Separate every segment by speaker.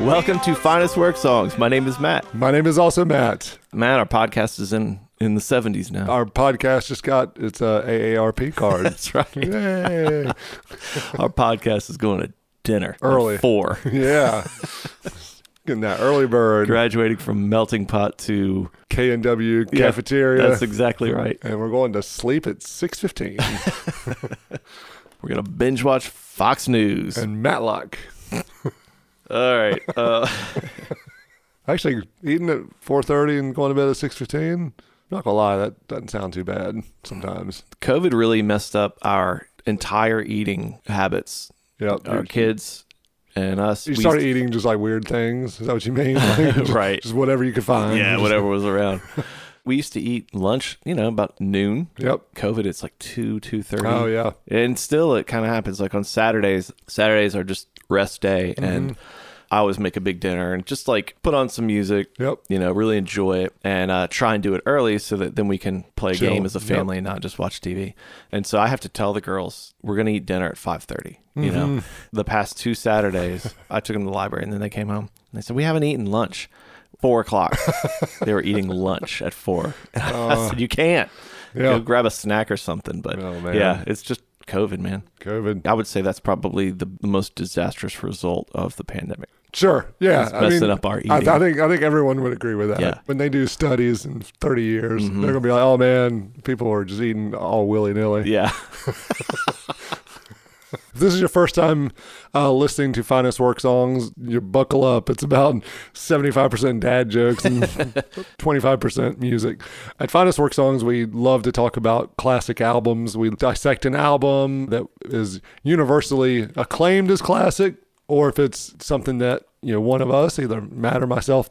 Speaker 1: Welcome to Finest Work Songs. My name is Matt.
Speaker 2: My name is also Matt.
Speaker 1: Matt, our podcast is in in the 70s now.
Speaker 2: Our podcast just got its uh, AARP card.
Speaker 1: That's right.
Speaker 2: Yay.
Speaker 1: Our podcast is going to dinner at
Speaker 2: Early.
Speaker 1: four.
Speaker 2: yeah. Getting that early bird
Speaker 1: Graduating from melting pot to
Speaker 2: K and W
Speaker 1: Yeah,
Speaker 2: cafeteria,
Speaker 1: That's exactly right.
Speaker 2: and we're going to sleep at six fifteen.
Speaker 1: We're gonna binge watch Fox News.
Speaker 2: and Matlock
Speaker 1: All right. Uh,
Speaker 2: actually eating at four thirty and going to bed at six fifteen. Not gonna lie, that doesn't sound too bad sometimes.
Speaker 1: COVID really messed up our entire eating habits.
Speaker 2: Yeah,
Speaker 1: Our
Speaker 2: you,
Speaker 1: kids and us.
Speaker 2: you
Speaker 1: we-
Speaker 2: started eating just like weird things. Is that what you mean? Like, just-
Speaker 1: Right.
Speaker 2: just whatever you could find.
Speaker 1: Yeah,
Speaker 2: Just-
Speaker 1: whatever was around. we used to eat lunch, you know, about noon.
Speaker 2: Yep.
Speaker 1: COVID, it's like two, two thirty.
Speaker 2: Oh yeah.
Speaker 1: And still, it kind of happens. Like on Saturdays, Saturdays are just rest day, and I always make a big dinner and just like put on some music.
Speaker 2: Yep.
Speaker 1: You know, really enjoy it and uh, try and do it early so that then we can play a
Speaker 2: Chill.
Speaker 1: game as a
Speaker 2: Yep.
Speaker 1: family and not just watch TV. And so I have to tell the girls we're gonna eat dinner at five thirty. You know,
Speaker 2: Mm-hmm.
Speaker 1: the past two Saturdays I took them to the library and then they came home and they said we haven't eaten lunch. Four o'clock, they were eating lunch at four. And I said you can't. Go
Speaker 2: Uh. Yeah.
Speaker 1: grab a snack or something. But
Speaker 2: Oh, man.
Speaker 1: yeah, it's just COVID, man.
Speaker 2: COVID.
Speaker 1: I would say that's probably the, the most disastrous result of the pandemic.
Speaker 2: Sure. Yeah. I
Speaker 1: messing
Speaker 2: mean,
Speaker 1: up our
Speaker 2: I,
Speaker 1: eating.
Speaker 2: I think I think everyone would agree with that.
Speaker 1: Yeah. Mm-hmm.
Speaker 2: When they do studies in 30 years, they're gonna be like, "Oh man, people are just eating all willy nilly."
Speaker 1: Yeah.
Speaker 2: If this is your first time uh, listening to Finest Work songs, you buckle up. It's about 75% dad jokes and 25% music. At Finest Work Songs, we love to talk about classic albums. We dissect an album that is universally acclaimed as classic, or if it's something that you know one of us, either Matt or myself,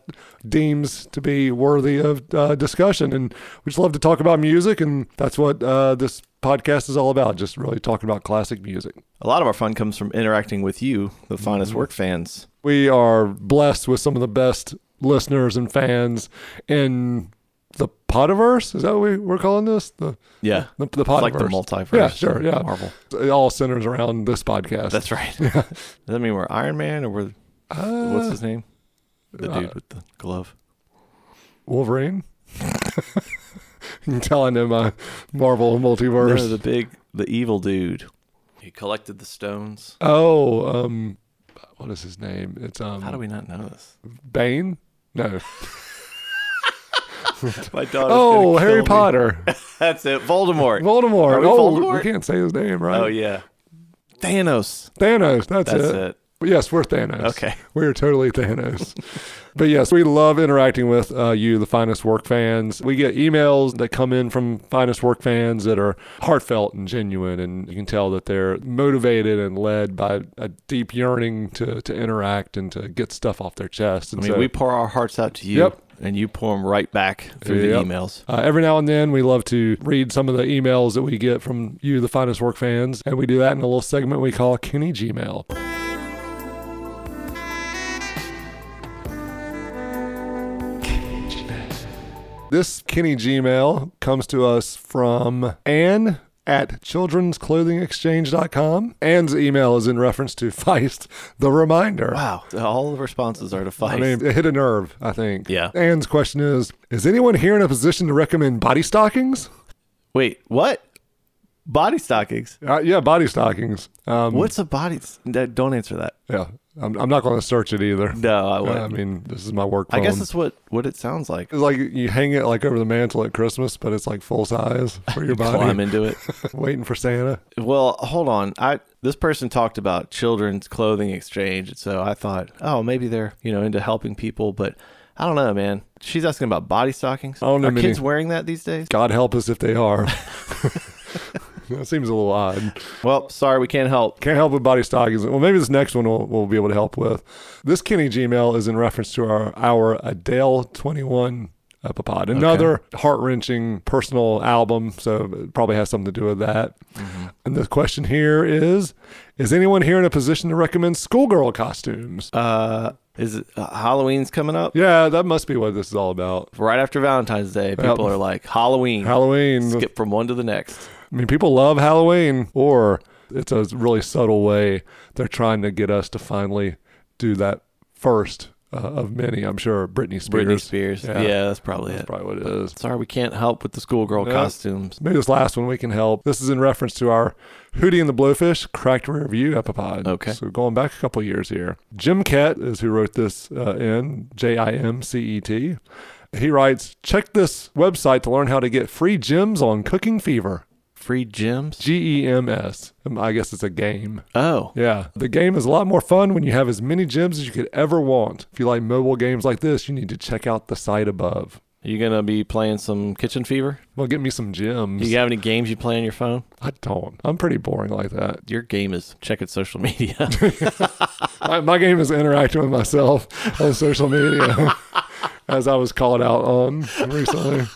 Speaker 2: deems to be worthy of uh, discussion. And we just love to talk about music, and that's what uh, this podcast is all about. Just really talking about classic music.
Speaker 1: A lot of our fun comes from interacting with you, the
Speaker 2: Mm-hmm.
Speaker 1: finest work fans.
Speaker 2: We are blessed with some of the best listeners and fans in the Podiverse. Is that what we, we're calling this? The
Speaker 1: Yeah.
Speaker 2: the, the
Speaker 1: It's
Speaker 2: Podiverse.
Speaker 1: like the multiverse.
Speaker 2: Yeah, sure.
Speaker 1: of
Speaker 2: Yeah,
Speaker 1: Marvel.
Speaker 2: it all centers around this podcast.
Speaker 1: That's right. Does that mean we're Iron Man or we're,
Speaker 2: Uh,
Speaker 1: what's his name? The
Speaker 2: uh,
Speaker 1: dude with the glove.
Speaker 2: Wolverine. you can tell I know my Marvel multiverse.
Speaker 1: No, the big, the evil dude. He collected the stones.
Speaker 2: oh, um, what is his name? It's um,
Speaker 1: How do we not know this?
Speaker 2: Bane. No.
Speaker 1: My daughter's gonna
Speaker 2: Oh,
Speaker 1: kill
Speaker 2: Harry
Speaker 1: me.
Speaker 2: Potter.
Speaker 1: That's it. Voldemort.
Speaker 2: Voldemort.
Speaker 1: Are we
Speaker 2: oh,
Speaker 1: Voldemort?
Speaker 2: we can't say his name, right?
Speaker 1: Oh, yeah. Thanos.
Speaker 2: Thanos. That's,
Speaker 1: That's
Speaker 2: it.
Speaker 1: it.
Speaker 2: But yes, we're Thanos.
Speaker 1: Okay.
Speaker 2: We are totally Thanos. but yes, we love interacting with uh, you, the Finest Work fans. We get emails that come in from Finest Work fans that are heartfelt and genuine, and you can tell that they're motivated and led by a deep yearning to, to interact and to get stuff off their chest.
Speaker 1: I
Speaker 2: And
Speaker 1: mean,
Speaker 2: so,
Speaker 1: we pour our hearts out to you,
Speaker 2: Yep.
Speaker 1: and you pour them right back through the
Speaker 2: Yep.
Speaker 1: emails.
Speaker 2: Uh, every now and then, we love to read some of the emails that we get from you, the finest work fans, and we do that in a little segment we call Kenny Gmail. This Kenny Gmail comes to us from Anne at children'sclothingexchange.com. Anne's email is in reference to Feist, the reminder.
Speaker 1: Wow, all the responses are to fight.
Speaker 2: I mean, it hit a nerve, I think.
Speaker 1: Yeah.
Speaker 2: Anne's question is Is anyone here in a position to recommend body stockings?
Speaker 1: Wait, what? Body stockings?
Speaker 2: Uh, yeah, body stockings. Um,
Speaker 1: What's a body? That, don't answer that.
Speaker 2: Yeah, I'm, I'm not going to search it either.
Speaker 1: No, I
Speaker 2: Uh,
Speaker 1: wouldn't.
Speaker 2: I mean, this is my work
Speaker 1: I
Speaker 2: phone.
Speaker 1: guess that's what what it sounds like.
Speaker 2: it's like you hang it like over the mantle at Christmas, but it's like full size for your body.
Speaker 1: Climb into it.
Speaker 2: Waiting for Santa.
Speaker 1: Well, hold on. I this person talked about children's clothing exchange, so I thought, oh, maybe they're you know into helping people, but I don't know, man. She's asking about body stockings.
Speaker 2: I don't know
Speaker 1: Are
Speaker 2: many-
Speaker 1: kids wearing that these days?
Speaker 2: God help us if they are. that seems a little odd.
Speaker 1: Well, sorry, we can't help.
Speaker 2: Can't help with body stockings. Well, maybe this next one we'll, we'll be able to help with. This Kenny Gmail is in reference to our our Adele 21 Epipod, another heart wrenching personal album. So it probably has something to do with that. And the question here is Is anyone here in a position to recommend schoolgirl costumes?
Speaker 1: Uh, is it, uh, Halloween's coming up?
Speaker 2: yeah, that must be what this is all about.
Speaker 1: Right after Valentine's Day, people are like Halloween.
Speaker 2: Halloween.
Speaker 1: Skip from one to the next.
Speaker 2: I mean, people love Halloween, or it's a really subtle way they're trying to get us to finally do that first uh, of many, I'm sure. Britney Spears.
Speaker 1: Britney Spears.
Speaker 2: Yeah.
Speaker 1: Yeah, that's probably
Speaker 2: That's
Speaker 1: it.
Speaker 2: probably what it is.
Speaker 1: Sorry, we can't help with the schoolgirl
Speaker 2: Yeah.
Speaker 1: costumes.
Speaker 2: Maybe this last one we can help. This is in reference to our Hootie and the Blowfish cracked review epipod.
Speaker 1: Okay.
Speaker 2: So going back a couple years here. Jim Kett is who wrote this uh, in, J I M C E T. He writes, check this website to learn how to get free gems on Cooking Fever.
Speaker 1: Free gyms.
Speaker 2: G E M S. Um, I guess it's a game.
Speaker 1: Oh,
Speaker 2: Yeah. The game is a lot more fun when you have as many gems as you could ever want. If you like mobile games like this, you need to check out the site above.
Speaker 1: are you gonna be playing some Kitchen Fever?
Speaker 2: Well, get me some gems.
Speaker 1: You have any games you play on your phone?
Speaker 2: I don't. I'm pretty boring like that.
Speaker 1: Your game is checking social media.
Speaker 2: my, my game is interacting with myself on social media, as I was called out on recently.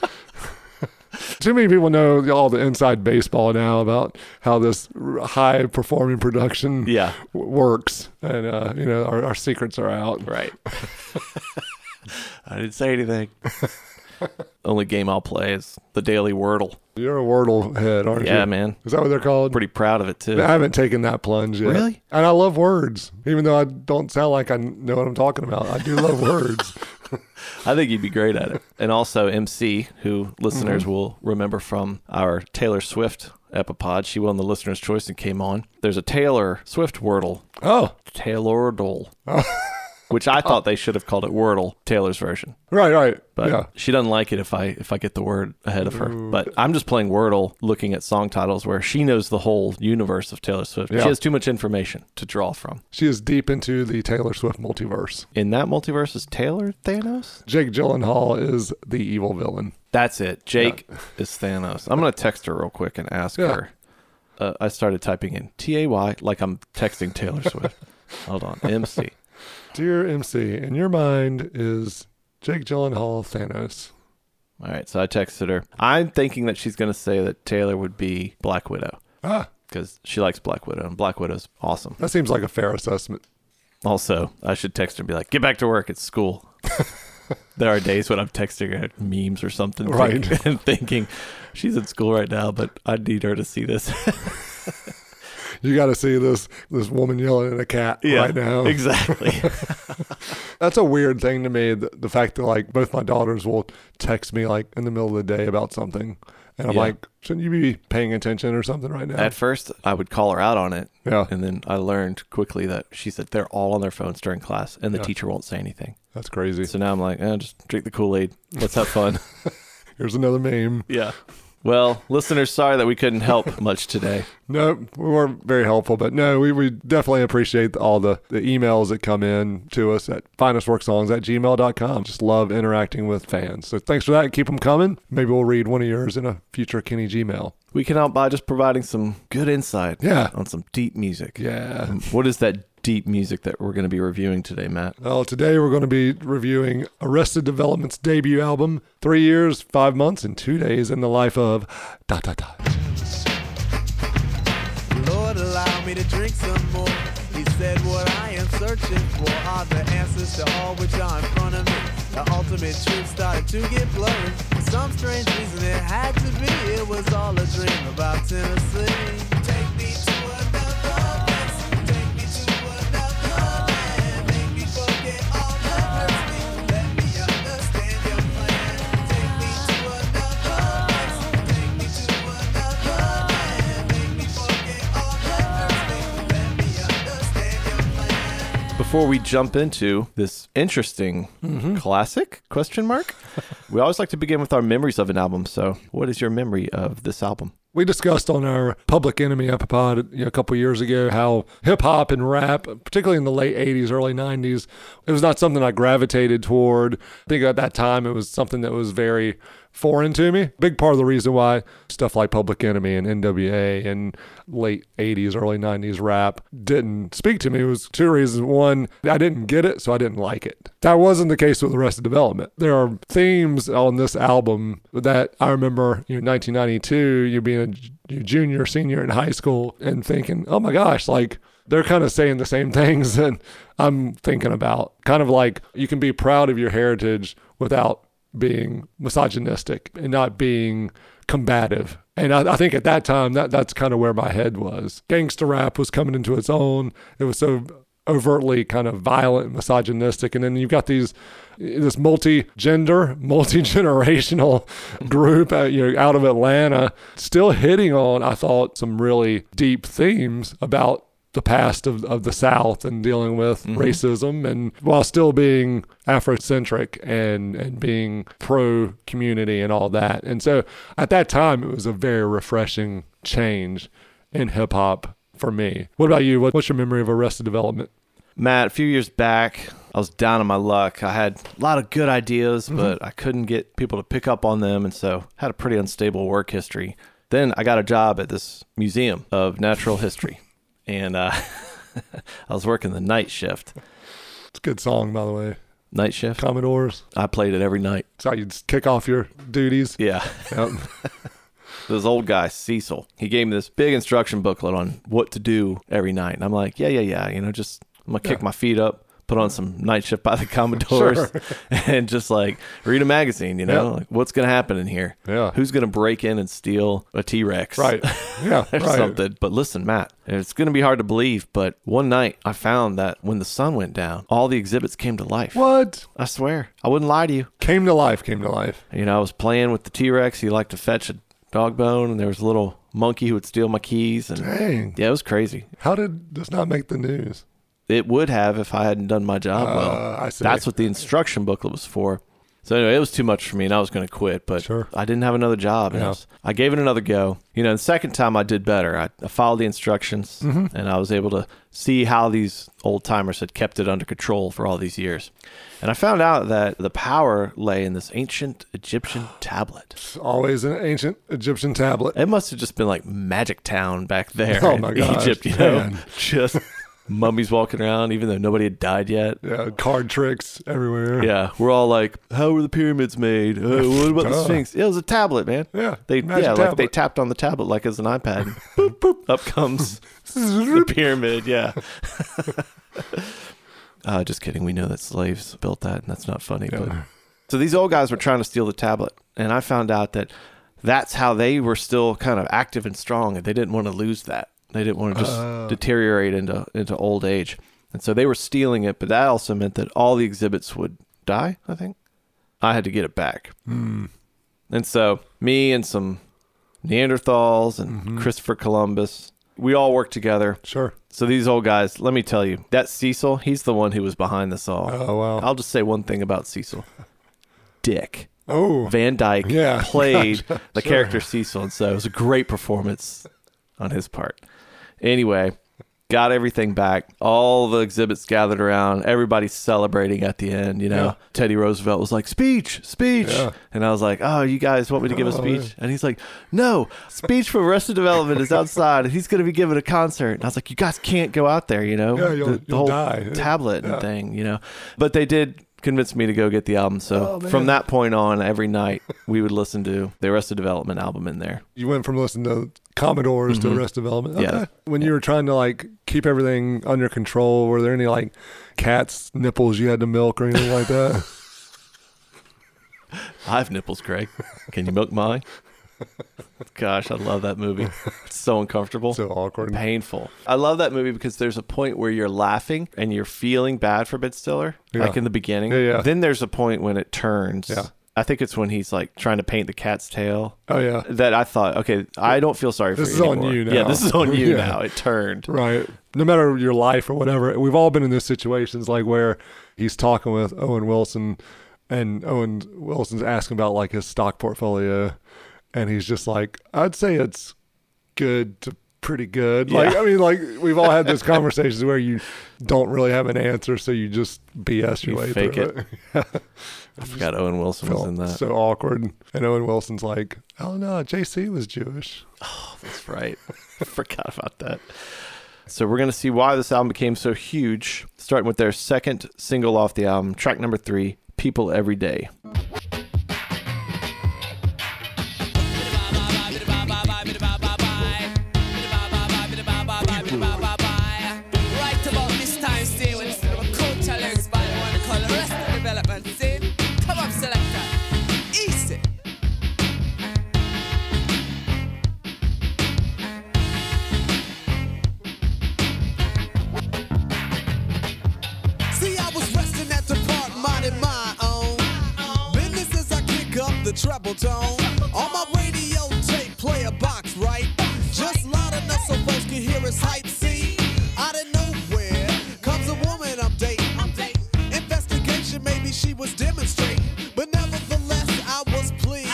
Speaker 2: Too many people know all the inside baseball now about how this high performing production
Speaker 1: yeah,
Speaker 2: w- works, and uh, you know our, our secrets are out.
Speaker 1: right. I didn't say anything. Only game I'll play is the Daily Wordle.
Speaker 2: You're a Wordle head, aren't you?
Speaker 1: Yeah, man.
Speaker 2: Is that what they're called?
Speaker 1: Pretty proud of it too.
Speaker 2: I haven't taken that plunge yet.
Speaker 1: Really?
Speaker 2: And I love words, even though I don't sound like I know what I'm talking about. I do love words.
Speaker 1: I think you'd be great at it. And also MC, who listeners will remember from our Taylor Swift epipod. She won the listener's choice and came on. There's a Taylor Swift wordle,
Speaker 2: Oh,
Speaker 1: Taylordle, which I thought they should have called it Wordle, Taylor's version.
Speaker 2: right, right.
Speaker 1: But
Speaker 2: yeah.
Speaker 1: she doesn't like it if I if I get the word ahead of her. But I'm just playing Wordle, looking at song titles where she knows the whole universe of Taylor Swift.
Speaker 2: Yeah.
Speaker 1: She has too much information to draw from.
Speaker 2: She is deep into the Taylor Swift multiverse.
Speaker 1: In that multiverse is Taylor Thanos?
Speaker 2: Jake Gyllenhaal is the evil villain.
Speaker 1: That's it. Jake is Thanos. I'm gonna text her real quick and ask
Speaker 2: Yeah.
Speaker 1: her. Uh, I started typing in T A Y like I'm texting Taylor Swift. Hold on, MC.
Speaker 2: Dear MC, in your mind is Jake Gyllenhaal Thanos.
Speaker 1: All right, so I texted her. I'm thinking that she's gonna say that Taylor would be Black Widow
Speaker 2: Ah,
Speaker 1: because she likes Black Widow and Black Widow's awesome.
Speaker 2: that seems like a fair assessment.
Speaker 1: Also, I should text her and be like, "Get back to work. It's school." there are days when I'm texting her memes or something,
Speaker 2: Right.
Speaker 1: think- and thinking she's in school right now, but I need her to see this.
Speaker 2: You got to see this this woman yelling at a cat right now.
Speaker 1: exactly.
Speaker 2: That's a weird thing to me. The, the fact that like both my daughters will text me like in the middle of the day about something, and I'm
Speaker 1: Yeah.
Speaker 2: like, shouldn't you be paying attention or something right now?
Speaker 1: At first, I would call her out on it.
Speaker 2: Yeah.
Speaker 1: And then I learned quickly that she said they're all on their phones during class and the
Speaker 2: Yeah.
Speaker 1: teacher won't say anything.
Speaker 2: That's crazy.
Speaker 1: So now I'm like, eh, just drink the Kool Aid. Let's have fun.
Speaker 2: Here's another meme.
Speaker 1: yeah. Well, listeners, sorry that we couldn't help much today.
Speaker 2: No, we weren't very helpful, but no, we, we definitely appreciate all the, the emails that come in to us at finestworksongs at gmail.com. Just love interacting with fans. So thanks for that. Keep them coming. Maybe we'll read one of yours in a future Kenny Gmail.
Speaker 1: We can help by just providing some good insight
Speaker 2: Yeah.
Speaker 1: on some deep music. Um,
Speaker 2: Yeah.
Speaker 1: What is that deep music that we're going to be reviewing today, Matt?
Speaker 2: Well, today we're going to be reviewing Arrested Development's debut album, Three Years, Five Months, and Two Days in the Life of Dot Dot Dot.
Speaker 3: Lord, allow me to drink some more. He said, What I am searching for are the answers to all which are in front of me. The ultimate truth started to get blurry. For some strange reason, it had to be. It was all a dream about Tennessee. Take me to another place. Take me to another land. Make me forget all the hurts. Let me understand your plan. Take me to another place. Take me to another land. Make me forget all the hurts. Let me understand your plan.
Speaker 1: Before we jump into this interesting
Speaker 2: Mm-hmm.
Speaker 1: classic question mark, we always like to begin with our memories of an album. So, what is your memory of this album?
Speaker 2: We discussed on our Public Enemy epipod you know, a couple years ago how hip hop and rap, particularly in the late 80s, early 90s, it was not something I gravitated toward. I think at that time it was something that was very foreign to me. Big part of the reason why stuff like Public Enemy and NWA and late 80s, early 90s rap didn't speak to me was two reasons. One, I didn't get it, so I didn't like it. That wasn't the case with the rest of development. There are themes on this album that I remember, you know, 1992, you being a j- your junior, senior in high school and thinking, oh my gosh, like they're kind of saying the same things that I'm thinking about. Kind of like you can be proud of your heritage without being misogynistic and not being combative. And I, I think at that time, that, that's kind of where my head was. Gangster rap was coming into its own. It was so overtly kind of violent, misogynistic, and then you've got these this multi-gender, multi-generational group out, you know, out of Atlanta still hitting on, I thought, some really deep themes about the past of, of the South and dealing with racism and while still being Afrocentric and, and being pro community and all that. And so at that time, it was a very refreshing change in hip hop for me. What about you? What, what's your memory of Arrested Development?
Speaker 1: Matt, a few years back, I was down on my luck. I had a lot of good ideas, but I couldn't get people to pick up on them. And so had a pretty unstable work history. Then I got a job at this museum of natural history. And uh, I was working the night shift.
Speaker 2: It's a good song, by the way.
Speaker 1: Night shift?
Speaker 2: Commodores.
Speaker 1: I played it every night.
Speaker 2: It's how you just kick off your duties.
Speaker 1: Yeah.
Speaker 2: Yep.
Speaker 1: this old guy Cecil. He gave me this big instruction booklet on what to do every night, and I'm like, yeah, yeah, yeah. You know, just I'm gonna kick my feet up, put on some night shift by the Commodores, and just like read a magazine. You know,
Speaker 2: Yeah.
Speaker 1: like what's gonna happen in here?
Speaker 2: Yeah.
Speaker 1: who's gonna break in and steal a T Rex?
Speaker 2: Right. Yeah.
Speaker 1: or
Speaker 2: right.
Speaker 1: something. But listen, Matt, it's going to be hard to believe, but one night I found that when the sun went down, all the exhibits came to life.
Speaker 2: What?
Speaker 1: I swear, I wouldn't lie to you.
Speaker 2: Came to life, came to life.
Speaker 1: You know, I was playing with the T Rex. He liked to fetch a dog bone, and there was a little monkey who would steal my keys. And
Speaker 2: Dang.
Speaker 1: yeah, it was crazy.
Speaker 2: How did this not make the news?
Speaker 1: It would have if I hadn't done my job well.
Speaker 2: Uh, I see.
Speaker 1: That's what the instruction booklet was for. So anyway, it was too much for me, and I was going to quit. But
Speaker 2: Sure.
Speaker 1: I didn't have another job. and I,
Speaker 2: Yeah.
Speaker 1: was- I gave it another go. You know, the second time I did better. I, I followed the instructions,
Speaker 2: Mm-hmm.
Speaker 1: and I was able to see how these old timers had kept it under control for all these years. And I found out that the power lay in this ancient Egyptian tablet.
Speaker 2: It's always an ancient Egyptian tablet.
Speaker 1: It must have just been like Magic Town back there
Speaker 2: Oh
Speaker 1: in
Speaker 2: my gosh,
Speaker 1: Egypt, you know?
Speaker 2: man.
Speaker 1: Just mummies walking around, even though nobody had died yet.
Speaker 2: Yeah, card tricks everywhere.
Speaker 1: Yeah, we're all like, how were the pyramids made? Uh, what about the
Speaker 2: Duh.
Speaker 1: Sphinx? It was a tablet, man.
Speaker 2: Yeah,
Speaker 1: They,
Speaker 2: magic
Speaker 1: yeah like they
Speaker 2: tablet.
Speaker 1: tapped on the tablet like it's an iPad. and boop, boop. Up comes the pyramid, yeah. uh, just kidding. We know that slaves built that, and that's not funny. But So these old guys were trying to steal the tablet, and I found out that that's how they were still kind of active and strong, and they didn't want to lose that. They didn't want to just deteriorate into into old age, and so they were stealing it. But that also meant that all the exhibits would die. I think I had to get it back, and so me and some Neanderthals and Christopher Columbus, we all worked together.
Speaker 2: Sure.
Speaker 1: So these old guys, let me tell you, that Cecil, he's the one who was behind this all.
Speaker 2: Oh, wow.
Speaker 1: I'll just say one thing about Cecil. Dick.
Speaker 2: Oh,
Speaker 1: Van Dyke
Speaker 2: Yeah.
Speaker 1: played
Speaker 2: Gotcha.
Speaker 1: the
Speaker 2: Sure.
Speaker 1: character Cecil, and so it was a great performance on his part. Anyway, got everything back. All the exhibits gathered around. Everybody's celebrating at the end. You know,
Speaker 2: Yeah.
Speaker 1: Teddy Roosevelt was like, "Speech, speech,"
Speaker 2: Yeah.
Speaker 1: and I was like, "Oh, you guys want me to give a
Speaker 2: Oh,
Speaker 1: speech?"
Speaker 2: yeah.
Speaker 1: And he's like, "No, speech for Arrested Development is outside, and he's going to be giving a concert." And I was like, "You guys can't go out there, you know?
Speaker 2: Yeah, you'll-
Speaker 1: the, the
Speaker 2: you'll
Speaker 1: whole
Speaker 2: die.
Speaker 1: tablet and
Speaker 2: Yeah.
Speaker 1: thing, you know." But they did convince me to go get the album. So
Speaker 2: Oh,
Speaker 1: from
Speaker 2: man.
Speaker 1: that point on, every night we would listen to the Arrested Development album in there.
Speaker 2: you went from listening to Commodores to Arrested Development.
Speaker 1: Mm-hmm. Yeah.
Speaker 2: When you were trying to like keep everything under control, were there any like cat's nipples you had to milk or anything like that?
Speaker 1: I have nipples, Greg. Can you milk mine? Gosh, I love that movie. It's so uncomfortable.
Speaker 2: so awkward.
Speaker 1: painful. I love that movie because there's a point where you're laughing and you're feeling bad for Ben Stiller,
Speaker 2: Yeah.
Speaker 1: like in the beginning.
Speaker 2: Yeah, yeah.
Speaker 1: Then there's a point when it turns.
Speaker 2: Yeah.
Speaker 1: I think it's when he's like trying to paint the cat's tail.
Speaker 2: Oh yeah.
Speaker 1: That I thought, okay, I don't feel sorry
Speaker 2: This
Speaker 1: for
Speaker 2: is
Speaker 1: you.
Speaker 2: on
Speaker 1: anymore.
Speaker 2: you
Speaker 1: Yeah,
Speaker 2: now.
Speaker 1: this is on you
Speaker 2: Yeah.
Speaker 1: now. It turned.
Speaker 2: Right. No matter your life or whatever, we've all been in those situations like where he's talking with Owen Wilson and Owen Wilson's asking about like his stock portfolio and he's just like, I'd say it's good to pretty good. Like
Speaker 1: Yeah.
Speaker 2: I mean like we've all had those conversations where you don't really have an answer so you just BS your
Speaker 1: You
Speaker 2: way
Speaker 1: fake
Speaker 2: through
Speaker 1: it.
Speaker 2: it.
Speaker 1: I forgot Owen Wilson was in
Speaker 2: Felt
Speaker 1: that.
Speaker 2: So awkward. And Owen Wilson's like, Oh no, JC was Jewish.
Speaker 1: That's right. I forgot about that. So we're going to see why this album became so huge, starting with their second single off the album, track number three, People Every Day.
Speaker 4: Right about this time, see when instead of a coach, I lyrics by the one to call arrest the development. See, come up, selector, easy.
Speaker 3: treble tone. On my radio tape, play a box, right? Just loud enough so folks can hear us hype. See, out of nowhere comes a woman I'm dating. Investigation, maybe she was demonstrating. But nevertheless, I was pleased.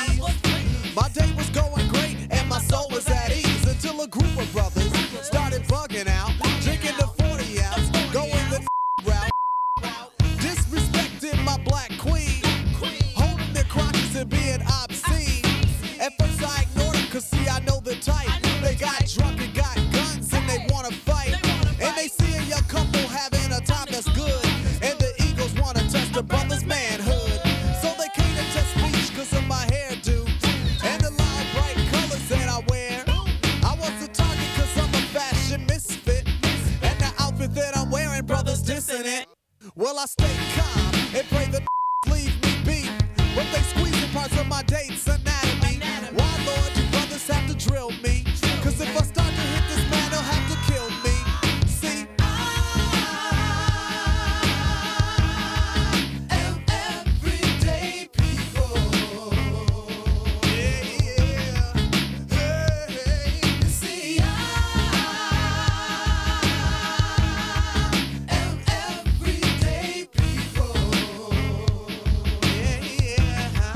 Speaker 3: My day was going great and my soul was at ease until a group of brothers started bugging out, drinking the 40 ounce, going the route, disrespecting my black queen, holding their crotches and being obscene. At first I ignored them, cause see I know the type. They got drunk and got guns and they wanna fight. And they see a young couple having a time that's good. And the Eagles wanna touch the brother's manhood. So they can't attest speech cause of my hairdo. And the loud bright colors that I wear. I was the target cause I'm a fashion misfit. And the outfit that I'm wearing, brothers dissing it. Well, I stay calm and pray the leave me be. But they squeezing parts of my date's anatomy. Why, Lord, you brothers have to drill me? Cause if I start to hit this man, he'll have to kill me. See, I am everyday people. Yeah, yeah. Hey, hey. See, I am everyday people. Yeah, yeah.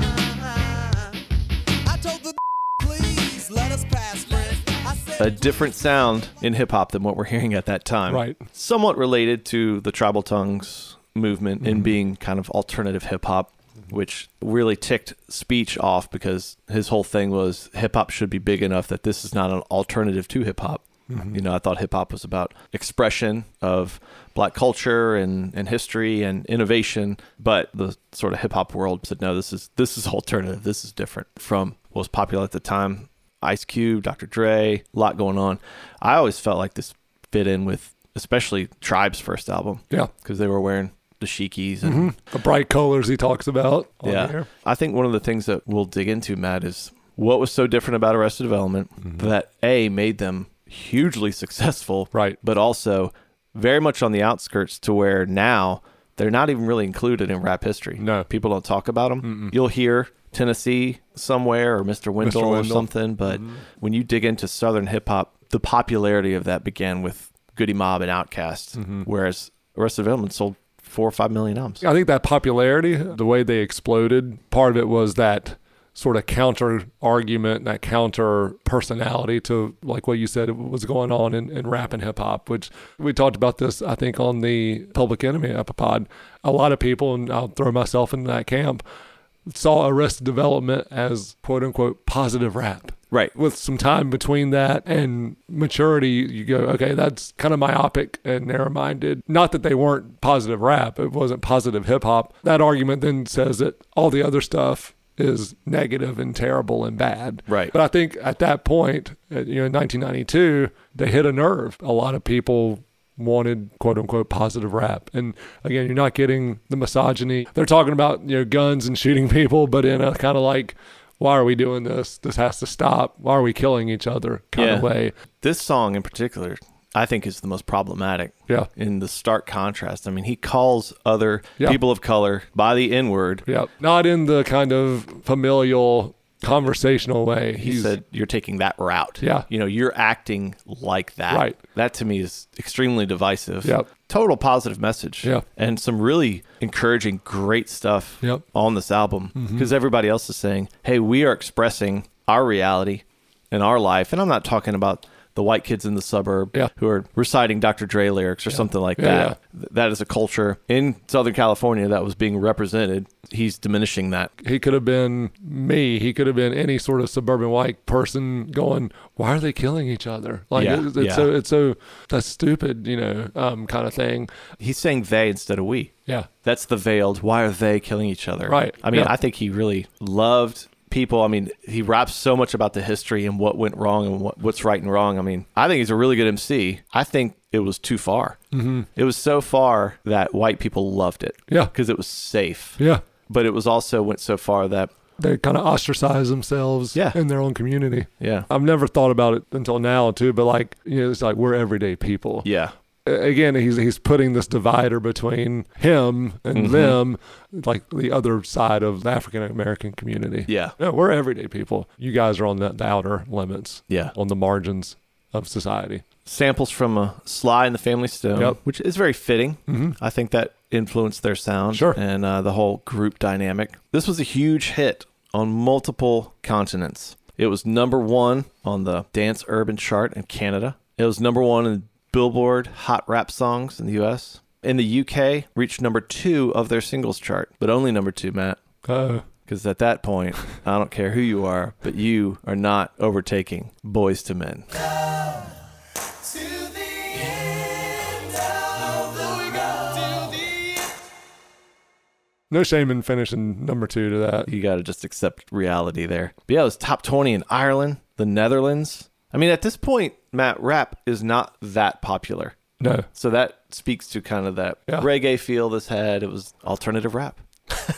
Speaker 3: I told the please let us pass, friends. I said,
Speaker 1: a different sound in hip hop than what we're hearing at that time.
Speaker 2: Right.
Speaker 1: Somewhat related to the tribal tongues movement and being kind of alternative hip hop, which really ticked speech off because his whole thing was hip hop should be big enough that this is not an alternative to hip hop. You know, I thought hip hop was about expression of black culture and, and history and innovation, but the sort of hip hop world said no, this is this is alternative. This is different from what was popular at the time. Ice Cube, Dr. Dre, a lot going on. I always felt like this fit in with especially Tribe's first album.
Speaker 2: Yeah. Mm-hmm.
Speaker 1: Because they were wearing dashikis and
Speaker 2: The bright colors he talks about. on
Speaker 1: yeah.
Speaker 2: here.
Speaker 1: I think one of the things that we'll dig into, Matt, is what was so different about Arrested Development that A made them hugely successful,
Speaker 2: Mm-hmm. Right.
Speaker 1: But also very much on the outskirts to where now they're not even really included in rap history.
Speaker 2: No.
Speaker 1: people don't talk about them. You'll hear Tennessee somewhere or Mr. Wendell, or
Speaker 2: Wendell. Mm-hmm.
Speaker 1: something, but when you dig into Southern hip hop, the popularity of that began with Goody Mob and Outkast,
Speaker 2: Mm-hmm.
Speaker 1: whereas Arrested Development sold four or five million albums.
Speaker 2: I think that popularity, the way they exploded, part of it was that sort of counter argument, that counter personality to like what you said was going on in, in rap and hip hop, which we talked about this, I think, on the Public Enemy epipod. A lot of people, and I'll throw myself into that camp, saw Arrested Development as quote unquote positive rap.
Speaker 1: Right.
Speaker 2: With some time between that and maturity, you go, okay, that's kind of myopic and narrow minded. Not that they weren't positive rap, it wasn't positive hip hop. That argument then says that all the other stuff is negative and terrible and bad.
Speaker 1: Right.
Speaker 2: But I think at that point, uh, you know, in 1992, they hit a nerve. A lot of people wanted quote unquote positive rap. And again, you're not getting the misogyny. They're talking about, you know, guns and shooting people, but in a kind of like, why are we doing this? This has to stop. Why are we killing each other kind
Speaker 1: Yeah.
Speaker 2: of way.
Speaker 1: This song in particular, I think, is the most problematic.
Speaker 2: Yeah.
Speaker 1: In the stark contrast. I mean, he calls other
Speaker 2: Yeah.
Speaker 1: people of color by the N word.
Speaker 2: Yeah. Not in the kind of familial conversational way.
Speaker 1: He
Speaker 2: He's-
Speaker 1: said, You're taking that route.
Speaker 2: Yeah.
Speaker 1: You know, you're acting like that.
Speaker 2: Right.
Speaker 1: That to me is extremely divisive.
Speaker 2: Yep.
Speaker 1: Total positive message.
Speaker 2: Yeah.
Speaker 1: And some really encouraging, great stuff
Speaker 2: Yep. Mm-hmm.
Speaker 1: on this album because everybody else is saying, Hey, we are expressing our reality and our life. And I'm not talking about the white kids in the suburb
Speaker 2: Yeah.
Speaker 1: who are reciting Dr. Dre lyrics or something like
Speaker 2: Yeah,
Speaker 1: that.
Speaker 2: yeah.
Speaker 1: Th- That is a culture in Southern California that was being represented. He's diminishing that.
Speaker 2: he could have been me. He could have been any sort of suburban white person going, "Why are they killing each other?" Like
Speaker 1: Yeah,
Speaker 2: it's, it's
Speaker 1: yeah.
Speaker 2: so it's so that's stupid, you know, um, kind of thing.
Speaker 1: He's saying they instead of we.
Speaker 2: Yeah,
Speaker 1: That's the veiled. Why are they killing each other?
Speaker 2: Right.
Speaker 1: I mean,
Speaker 2: Yeah.
Speaker 1: I think he really loved people. I mean, he raps so much about the history and what went wrong and what, what's right and wrong. I mean, I think he's a really good MC. I think it was too far. Mm-hmm. It was so far that white people loved it.
Speaker 2: Yeah.
Speaker 1: Because it was safe.
Speaker 2: yeah.
Speaker 1: But it was also went so far that,
Speaker 2: They kind of ostracize themselves
Speaker 1: Yeah.
Speaker 2: in their own community.
Speaker 1: yeah.
Speaker 2: I've never thought about it until now, too. But like, you know, it's like we're everyday people.
Speaker 1: Yeah.
Speaker 2: again he's he's putting this divider between him and
Speaker 1: Mm-hmm.
Speaker 2: them like the other side of the African American community.
Speaker 1: Yeah.
Speaker 2: No, we're everyday people. You guys are on the, the outer limits.
Speaker 1: Yeah.
Speaker 2: On the margins of society.
Speaker 1: Samples from uh, Sly and the Family Stone,
Speaker 2: Yep. Mm-hmm.
Speaker 1: which is very fitting. I think that influenced their sound
Speaker 2: Sure.
Speaker 1: and uh, the whole group dynamic. This was a huge hit on multiple continents. It was number one on the Dance Urban chart in Canada. It was number one in Billboard Hot Rap Songs in the US. In the UK, reached number two of their singles chart, but only number two, Matt.
Speaker 2: Uh,
Speaker 1: Because at that point, I don't care who you are, but you are not overtaking boys to men.
Speaker 4: To the end of the world. To the end.
Speaker 2: no shame in finishing number two to that.
Speaker 1: you got to just accept reality there. But yeah, it was top 20 in Ireland, the Netherlands. I mean, at this point, Matt, rap is not that popular.
Speaker 2: No.
Speaker 1: So that speaks to kind of that
Speaker 2: Yeah.
Speaker 1: reggae feel this had. It was alternative rap.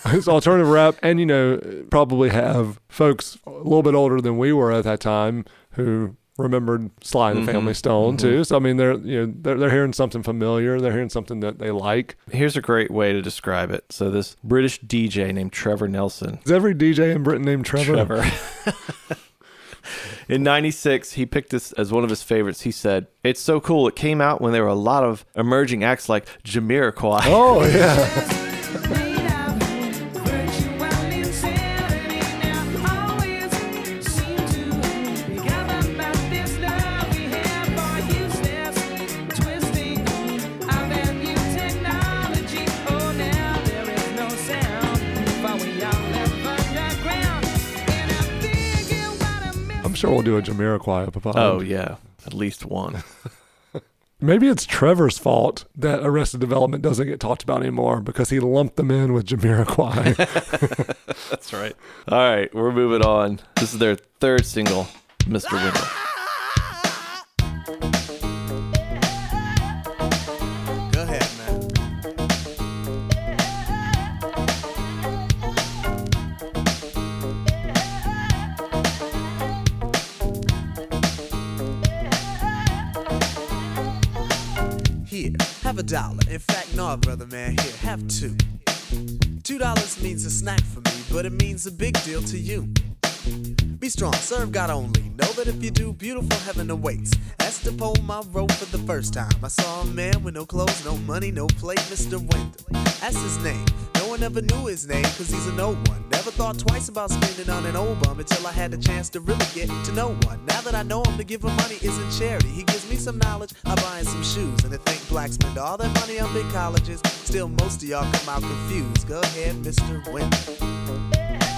Speaker 2: it's alternative rap and you know probably have folks a little bit older than we were at that time who remembered Sly and
Speaker 1: Mm-hmm.
Speaker 2: the Family Stone too. So I mean they're you know they're, they're hearing something familiar, they're hearing something that they like.
Speaker 1: Here's a great way to describe it. So this British DJ named Trevor Nelson.
Speaker 2: Is every DJ in Britain named Trevor?
Speaker 1: in 96, he picked this as one of his favorites. He said, It's so cool. It came out when there were a lot of emerging acts like Jamiroquai.
Speaker 2: Oh yeah. I'm sure we'll do a Jamiroquai up above.
Speaker 1: Oh, yeah. At least one.
Speaker 2: Maybe it's Trevor's fault that Arrested Development doesn't get talked about anymore because he lumped them in with Jamiroquai.
Speaker 1: That's right. All right, we're moving on. This is their third single, Mr. Window.
Speaker 3: Go ahead, man. Here, have a dollar. In fact, no, brother man, here, have two. Two dollars means a snack for me, but it means a big deal to you. Be strong, serve God only. Know that if you do, beautiful heaven awaits. That's the poem I wrote for the first time. I saw a man with no clothes, no money, no plate, Mr. Wendell. That's his name. No one ever knew his name, cause he's an old one. Never thought twice about spending on an old bum until I had the chance to really get to know one. Now that I know him, to give him money isn't charity. He gives me some knowledge, I buy him some shoes. And I think blacks spend all their money on big colleges. Still, most of y'all come out confused. Go ahead, Mr. Wendell.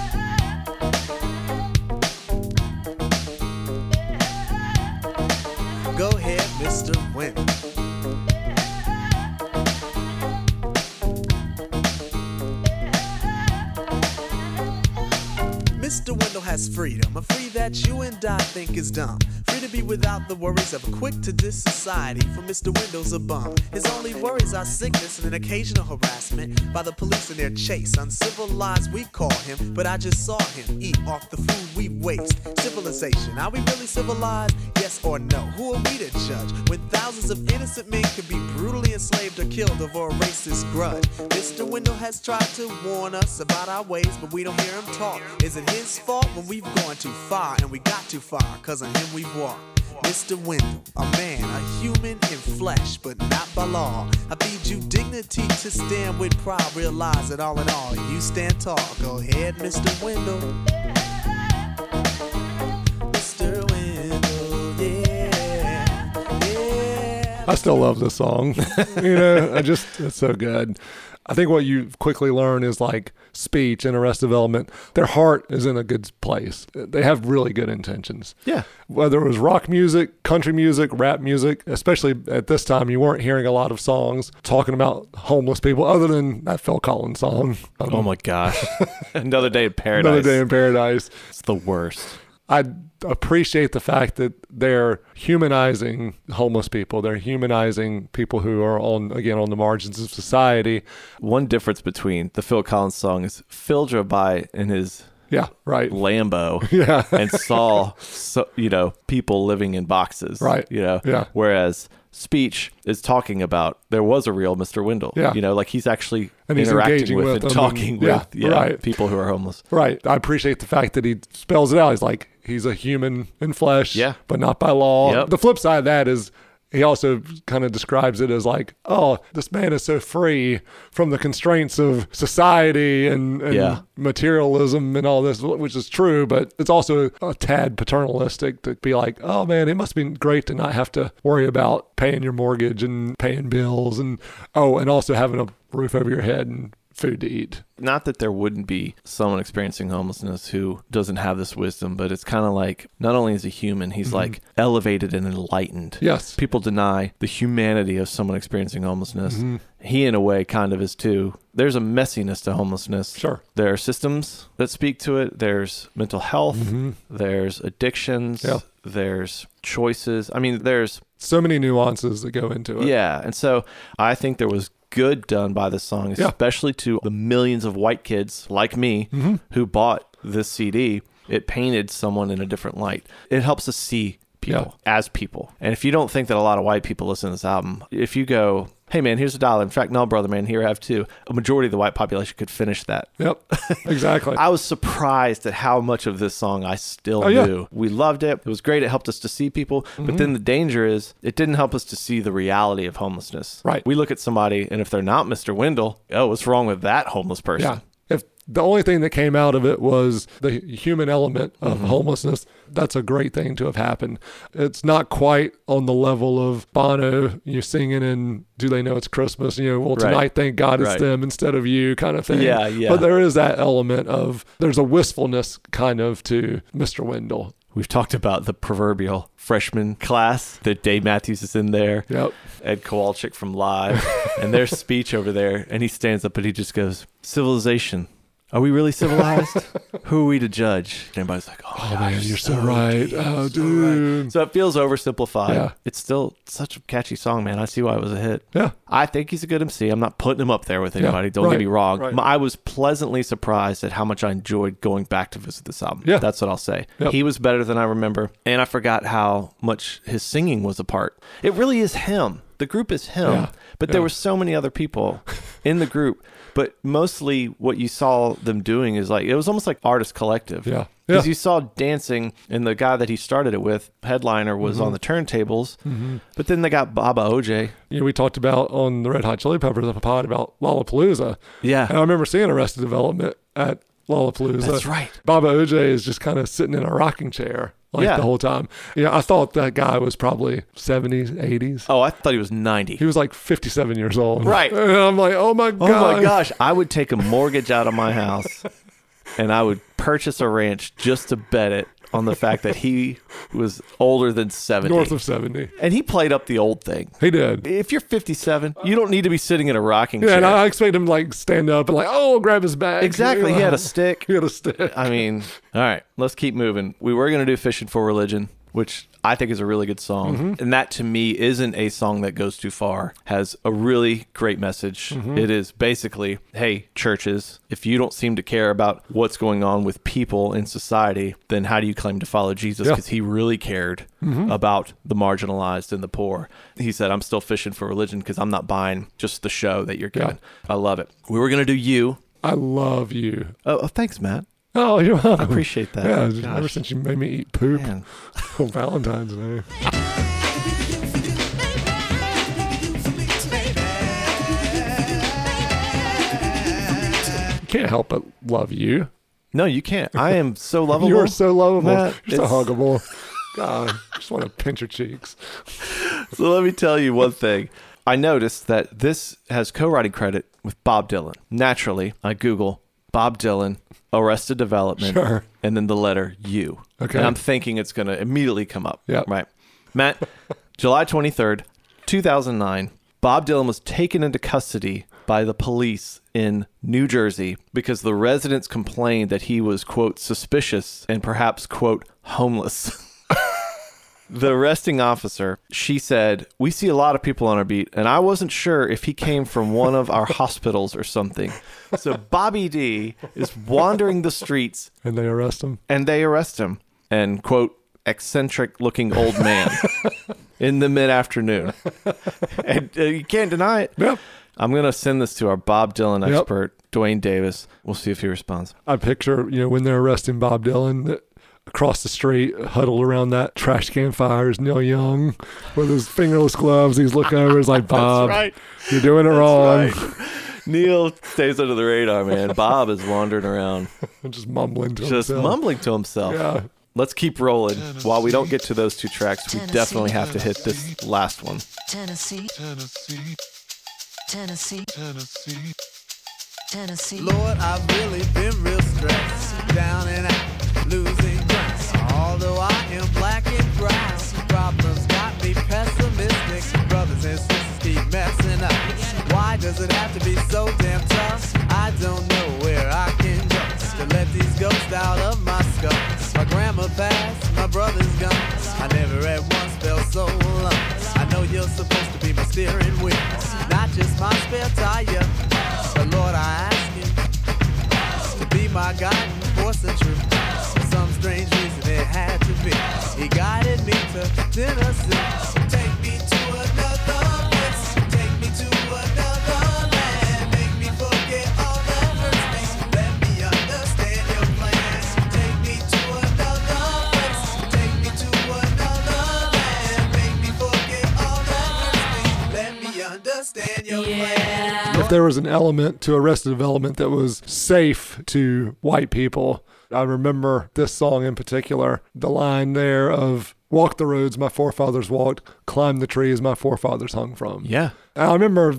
Speaker 3: Go ahead, Mr. Wynn. Mr. Wendell has freedom, a free that you and I think is dumb. Free to be without the worries of a quick to diss society, for Mr. Wendell's a bum. His only worries are sickness and an occasional harassment by the police in their chase. Uncivilized, we call him, but I just saw him eat off the food we waste. Civilization, are we really civilized? Yes or no? Who are we to judge when thousands of innocent men could be brutally enslaved or killed over a racist grudge? Mr. Wendell has tried to warn us about our ways, but we don't hear him talk. Is it his fault when we've gone too far and we got too far? Cause on him we've walked. Mr. Wendell, a man, a human in flesh, but not by law. I feed you dignity to stand with pride. Realize that all in all, you stand tall. Go ahead, Mr. Wendell. Mr. Wendell, yeah, yeah.
Speaker 2: I still love this song. you know, I just it's so good. I think what you quickly learn is like speech and arrest development. Their heart is in a good place. They have really good intentions.
Speaker 1: Yeah.
Speaker 2: Whether it was rock music, country music, rap music, especially at this time, you weren't hearing a lot of songs talking about homeless people other than that Phil Collins song. Um,
Speaker 1: Oh my gosh. Another day in paradise.
Speaker 2: Another day in paradise.
Speaker 1: It's the worst.
Speaker 2: I appreciate the fact that they're humanizing homeless people. They're humanizing people who are on again on the margins of society.
Speaker 1: One difference between the Phil Collins song is Phil drove by in his
Speaker 2: Yeah, right.
Speaker 1: Lambo
Speaker 2: Yeah.
Speaker 1: and saw so, you know people living in boxes.
Speaker 2: Right.
Speaker 1: You know.
Speaker 2: Yeah.
Speaker 1: Whereas speech is talking about there was a real Mr. Wendell.
Speaker 2: Yeah.
Speaker 1: You know, like he's actually
Speaker 2: And he's
Speaker 1: interacting
Speaker 2: engaging
Speaker 1: with,
Speaker 2: with
Speaker 1: and
Speaker 2: them
Speaker 1: talking
Speaker 2: and-
Speaker 1: with
Speaker 2: yeah,
Speaker 1: yeah,
Speaker 2: right.
Speaker 1: people who are homeless.
Speaker 2: Right. I appreciate the fact that he spells it out. He's like, he's a human in flesh,
Speaker 1: Yeah.
Speaker 2: but not by law.
Speaker 1: Yep.
Speaker 2: The flip side of that is he also kind of describes it as like, oh, this man is so free from the constraints of society and, and
Speaker 1: Yeah.
Speaker 2: materialism and all this, which is true, but it's also a tad paternalistic to be like, oh man, it must be great to not have to worry about paying your mortgage and paying bills and, oh, and also having a roof over your head and food to eat.
Speaker 1: Not that there wouldn't be someone experiencing homelessness who doesn't have this wisdom, but it's kind of like not only is he human, he's
Speaker 2: Mm-hmm.
Speaker 1: like elevated and enlightened.
Speaker 2: Yes.
Speaker 1: People deny the humanity of someone experiencing homelessness.
Speaker 2: Mm-hmm.
Speaker 1: He, in a way, kind of is too. There's a messiness to homelessness.
Speaker 2: Sure.
Speaker 1: There are systems that speak to it. There's mental health. There's addictions.
Speaker 2: Mm-hmm. Yeah.
Speaker 1: There's choices. I mean, there's
Speaker 2: so many nuances that go into it.
Speaker 1: yeah, and so I think there was good done by this song,
Speaker 2: Yeah.
Speaker 1: especially to the millions of white kids like me
Speaker 2: Mm-hmm.
Speaker 1: who bought this CD. It painted someone in a different light. It helps us see people as people. And if you don't think that a lot of white people listen to this album, if you go, "Hey man, here's a dollar," in fact, no, brother man, here have two. A majority of the white population could finish that.
Speaker 2: Yep. Exactly.
Speaker 1: I was surprised at how much of this song I still
Speaker 2: Oh, yeah. Mm-hmm.
Speaker 1: knew. We loved it. It was great. It helped us to see people. But then the danger is it didn't help us to see the reality of homelessness.
Speaker 2: Right.
Speaker 1: We look at somebody, and if they're not Mr. Wendell, oh, what's wrong with that homeless person?
Speaker 2: yeah. If the only thing that came out of it was the human element of
Speaker 1: Mm-hmm.
Speaker 2: homelessness, that's a great thing to have happened. It's not quite on the level of Bono, you singing in Do They Know It's Christmas? You know, well,
Speaker 1: Right.
Speaker 2: tonight, thank God it's
Speaker 1: Right.
Speaker 2: them instead of you kind of thing.
Speaker 1: Yeah, yeah.
Speaker 2: But there is that element of, there's a wistfulness kind of to Mr. Wendell.
Speaker 1: We've talked about the proverbial freshman class that Dave Matthews is in there.
Speaker 2: Yep.
Speaker 1: Ed Kowalczyk from Live and their speech over there. And he stands up and he just goes, Civilization. Are we really civilized? Who are we to judge? And everybody's like, Oh, my
Speaker 2: Oh,
Speaker 1: gosh,
Speaker 2: man, you're so, right. Oh, dude.
Speaker 1: So it feels oversimplified.
Speaker 2: Yeah.
Speaker 1: It's still such a catchy song, man. I see why it was a hit.
Speaker 2: Yeah.
Speaker 1: I think he's a good MC. I'm not putting him up there with
Speaker 2: Yeah,
Speaker 1: anybody. Don't get
Speaker 2: right,
Speaker 1: me wrong.
Speaker 2: right.
Speaker 1: M- I was pleasantly surprised at how much I enjoyed going back to visit this album.
Speaker 2: Yeah.
Speaker 1: That's what I'll say.
Speaker 2: Yep.
Speaker 1: He was better than I remember. And I forgot how much his singing was a part. It really is him. The group is him.
Speaker 2: Yeah,
Speaker 1: But there
Speaker 2: yeah.
Speaker 1: were so many other people in the group. But mostly what you saw them doing is like, it was almost like artist collective.
Speaker 2: Yeah.
Speaker 1: Because
Speaker 2: Yeah.
Speaker 1: you saw dancing, and the guy that he started it with, headliner, was
Speaker 2: Mm-hmm.
Speaker 1: on the turntables. But then they got Baba OJ.
Speaker 2: you know, we talked about on the Red Hot Chili Peppers pod about Lollapalooza.
Speaker 1: Yeah.
Speaker 2: And I remember seeing Arrested Development at Lollapalooza.
Speaker 1: That's right.
Speaker 2: Baba OJ is just kind of sitting in a rocking chair like
Speaker 1: Yeah.
Speaker 2: the whole time. Yeah, I thought that guy was probably 70s, 80s.
Speaker 1: Oh, I thought he was 90.
Speaker 2: He was like 57 years old.
Speaker 1: Right.
Speaker 2: And I'm like, oh my God.
Speaker 1: oh my gosh. I would take a mortgage out of my house and I would purchase a ranch just to bet it on the fact that he was older than 70.
Speaker 2: North of 70.
Speaker 1: and he played up the old thing.
Speaker 2: He did.
Speaker 1: If you're 57, you don't need to be sitting in a rocking
Speaker 2: Yeah,
Speaker 1: chair.
Speaker 2: and I expect him to like stand up and like, oh, grab his bag.
Speaker 1: exactly. He had a stick.
Speaker 2: He had a stick.
Speaker 1: I mean, all right, let's keep moving. We were going to do Fishing for Religion, which I think is a really good song. And that to me isn't a song that goes too far, has a really great message. It is basically hey, churches, if you don't seem to care about what's going on with people in society, then how do you claim to follow Jesus?
Speaker 2: Yeah.
Speaker 1: Because he really cared about the marginalized and the poor. He said, I'm still fishing for religion because I'm not buying just the show that you're
Speaker 2: Yeah.
Speaker 1: giving. I love it. We were going to do you.
Speaker 2: I love you.
Speaker 1: Oh, oh, thanks, Matt.
Speaker 2: Oh, you're welcome.
Speaker 1: I appreciate that.
Speaker 2: Yeah, just
Speaker 1: Gosh.
Speaker 2: ever since you made me eat poop
Speaker 1: Man.
Speaker 2: on Valentine's Day. You can't help but love you.
Speaker 1: No, you can't. I am so lovable.
Speaker 2: You are so lovable.
Speaker 1: Matt,
Speaker 2: You're so
Speaker 1: it's-
Speaker 2: huggable. God, I just want to pinch your cheeks.
Speaker 1: So let me tell you one thing. I noticed that this has co-writing credit with Bob Dylan. Naturally, I Google Bob Dylan, Arrested Development,
Speaker 2: Sure.
Speaker 1: and then the letter U.
Speaker 2: Okay.
Speaker 1: And I'm thinking it's going to immediately come up.
Speaker 2: Yep.
Speaker 1: Right. Matt, July 23rd, 2009, Bob Dylan was taken into custody by the police in New Jersey because the residents complained that he was, quote, suspicious and perhaps, quote, homeless. the arresting officer, she said, We see a lot of people on our beat, and I wasn't sure if he came from one of our hospitals or something. So Bobby D is wandering the streets
Speaker 2: And they arrest him.
Speaker 1: and they arrest him and quote eccentric looking old man in the mid afternoon. and uh, you can't deny it.
Speaker 2: Yep.
Speaker 1: I'm going to send this to our Bob Dylan
Speaker 2: Yep.
Speaker 1: expert, Dwayne Davis. We'll see if he responds.
Speaker 2: I picture, you know, when they're arresting Bob Dylan that across the street, huddled around that trash can fire is Neil Young with his fingerless gloves. He's looking over. He's like, Bob,
Speaker 1: right.
Speaker 2: you're doing it wrong.
Speaker 1: Neil stays under the radar, man. Bob is wandering around,
Speaker 2: Just mumbling to
Speaker 1: just
Speaker 2: himself.
Speaker 1: mumbling to himself.
Speaker 2: Oh, Yeah.
Speaker 1: Let's keep rolling. While we don't get to those two tracks, we definitely have to hit this last one.
Speaker 5: Tennessee,
Speaker 6: Tennessee,
Speaker 5: Tennessee,
Speaker 6: Tennessee.
Speaker 5: Tennessee.
Speaker 3: Lord, I've really been real stressed, down and out, losing ground. Although I am black and brown, problems got me pessimistic. Brothers and sisters keep messing up. Why does it have to be so damn tough? I don't know where I can go to let these ghosts out of my skull. My grandma passed, my brother's gone. I never at once felt so alone. I know you're supposed to be my steering wheel, not just my spare tire. But Lord, I ask you to be my guiding force and truth. For some strange reason it had to be. He guided me to Tennessee. Take me to another place. Take me to another land. Make me forget all the hurts. Let me understand your plans. Take me to another place. Take me to another land. Make me forget all the hurts. Let me understand your plans.
Speaker 2: If there was an element to Arrested Development that was safe to white people, I remember this song in particular. The line there of "Walk the roads my forefathers walked, climb the trees my forefathers hung from."
Speaker 1: Yeah.
Speaker 2: And I remember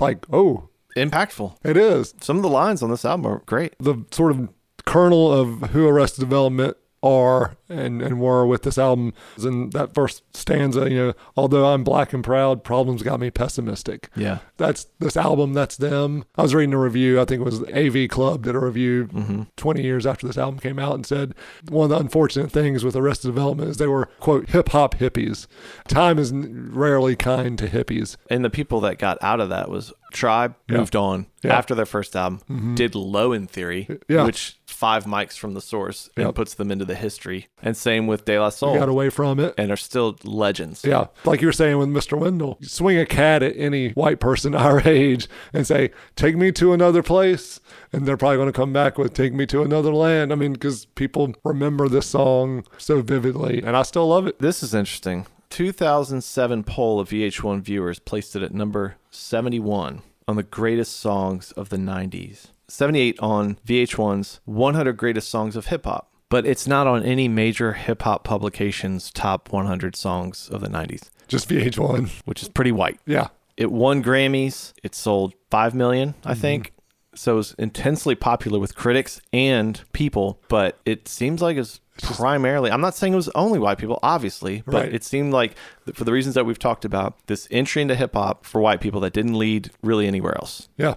Speaker 2: like, oh,
Speaker 1: Impactful.
Speaker 2: it is
Speaker 1: Some of the lines on this album are great.
Speaker 2: the sort of kernel of who Arrested Development are and, and were with this album is in that first stanza, you know, although I'm black and proud, problems got me pessimistic.
Speaker 1: Yeah.
Speaker 2: That's this album, that's them. I was reading a review, I think it was AV Club did a review 20 years after this album came out and said one of the unfortunate things with Arrested Development is they were, quote, hip hop hippies. Time is n- rarely kind to hippies.
Speaker 1: And the people that got out of that was Tribe
Speaker 2: Yeah.
Speaker 1: moved on
Speaker 2: Yeah. Mm-hmm.
Speaker 1: after their first album, did Low in Theory,
Speaker 2: Yeah.
Speaker 1: which five mics from the source and
Speaker 2: Yep.
Speaker 1: puts them into the history. And same with De La Soul,
Speaker 2: Got away from it.
Speaker 1: and are still legends.
Speaker 2: Yeah, like you were saying with Mr. Wendell, swing a cat at any white person our age and say, "Take me to another place," and they're probably going to come back with "Take me to another land." I mean, because people remember this song so vividly, and I still love it.
Speaker 1: This is interesting. 2007 poll of VH1 viewers placed it at number 71 on the greatest songs of the 90s. 78 on VH1's 100 greatest songs of hip hop, but it's not on any major hip hop publication's top 100 songs of the 90s,
Speaker 2: Just VH1.
Speaker 1: which is pretty white.
Speaker 2: Yeah,
Speaker 1: It won Grammys. It sold 5 million, I think. So it was intensely popular with critics and people, but it seems like it's primarily, I'm not saying it was only white people, obviously, but
Speaker 2: Right.
Speaker 1: it seemed like, th- for the reasons that we've talked about, this entry into hip hop for white people that didn't lead really anywhere else.
Speaker 2: yeah.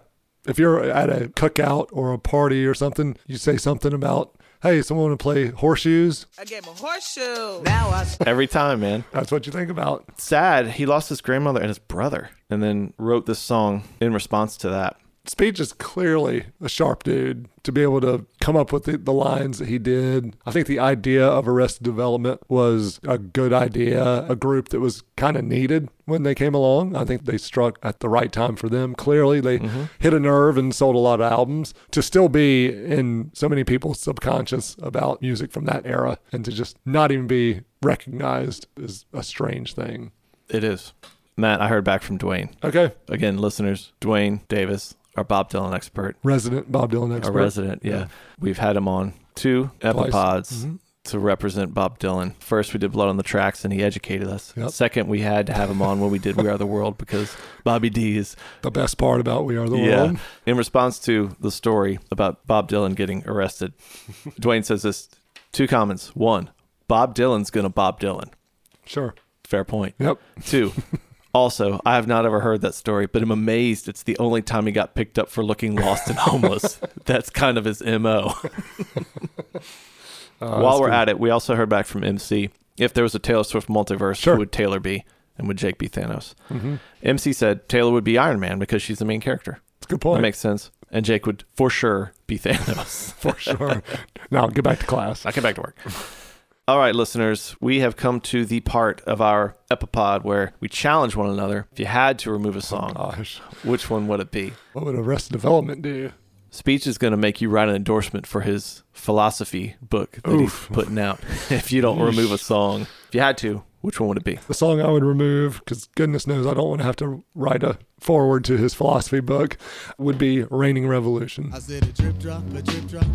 Speaker 2: If you're at a cookout or a party or something, you say something about, "Hey, someone want to play horseshoes?"
Speaker 4: I gave him a horseshoe.
Speaker 3: Now I
Speaker 1: Every time, man.
Speaker 2: That's what you think about.
Speaker 1: Sad, he lost his grandmother and his brother, and then wrote this song in response to that.
Speaker 2: Speech is clearly a sharp dude to be able to come up with the, the lines that he did. I think the idea of Arrested Development was a good idea, a group that was kind of needed when they came along. I think they struck at the right time for them. Clearly, they
Speaker 1: Mm-hmm.
Speaker 2: hit a nerve and sold a lot of albums to still be in so many people's subconscious about music from that era and to just not even be recognized is a strange thing.
Speaker 1: It is. Matt, I heard back from Dwayne.
Speaker 2: Okay,
Speaker 1: Again, listeners, Dwayne Davis, our Bob Dylan expert.
Speaker 2: resident Bob Dylan
Speaker 1: a
Speaker 2: expert.
Speaker 1: resident. Yeah.
Speaker 2: Yeah.
Speaker 1: we've had him on two
Speaker 2: Twice. Mm-hmm.
Speaker 1: epipods to represent Bob Dylan. First, we did Blood on the Tracks, and he educated us.
Speaker 2: Yep.
Speaker 1: Second, we had to have him on when we did We Are the World because Bobby D is
Speaker 2: The best part about We Are the
Speaker 1: yeah.
Speaker 2: World.
Speaker 1: In response to the story about Bob Dylan getting arrested, Dwayne says this: two comments. One, Bob Dylan's gonna Bob Dylan.
Speaker 2: Sure.
Speaker 1: Fair point.
Speaker 2: Yep.
Speaker 1: Two. Also, I have not ever heard that story, but I'm amazed it's the only time he got picked up for looking lost and homeless. That's kind of his MO.
Speaker 2: Uh,
Speaker 1: While we're at it, we also heard back from MC. If there was a Taylor Swift multiverse,
Speaker 2: Sure.
Speaker 1: who would Taylor be? And would Jake be Thanos? MC said Taylor would be Iron Man because she's the main character.
Speaker 2: It's a good
Speaker 1: That
Speaker 2: point.
Speaker 1: makes sense. And Jake would for sure be Thanos.
Speaker 2: for sure. now get back to class. Oh,
Speaker 1: I get back to work. All right, listeners, we have come to the part of our epipod where we challenge one another. If you had to remove a song,
Speaker 2: Gosh,
Speaker 1: which one would it be?
Speaker 2: what would Arrested Development do?
Speaker 1: Speech is going to make you write an endorsement for his philosophy book that
Speaker 2: Oof.
Speaker 1: he's putting out. if you don't remove a song, if you had to, which one would it be?
Speaker 2: The song I would remove, because goodness knows I don't want to have to write a forward to his philosophy book, would be Reigning Revolution.
Speaker 3: I said a drip drop, a drip drop,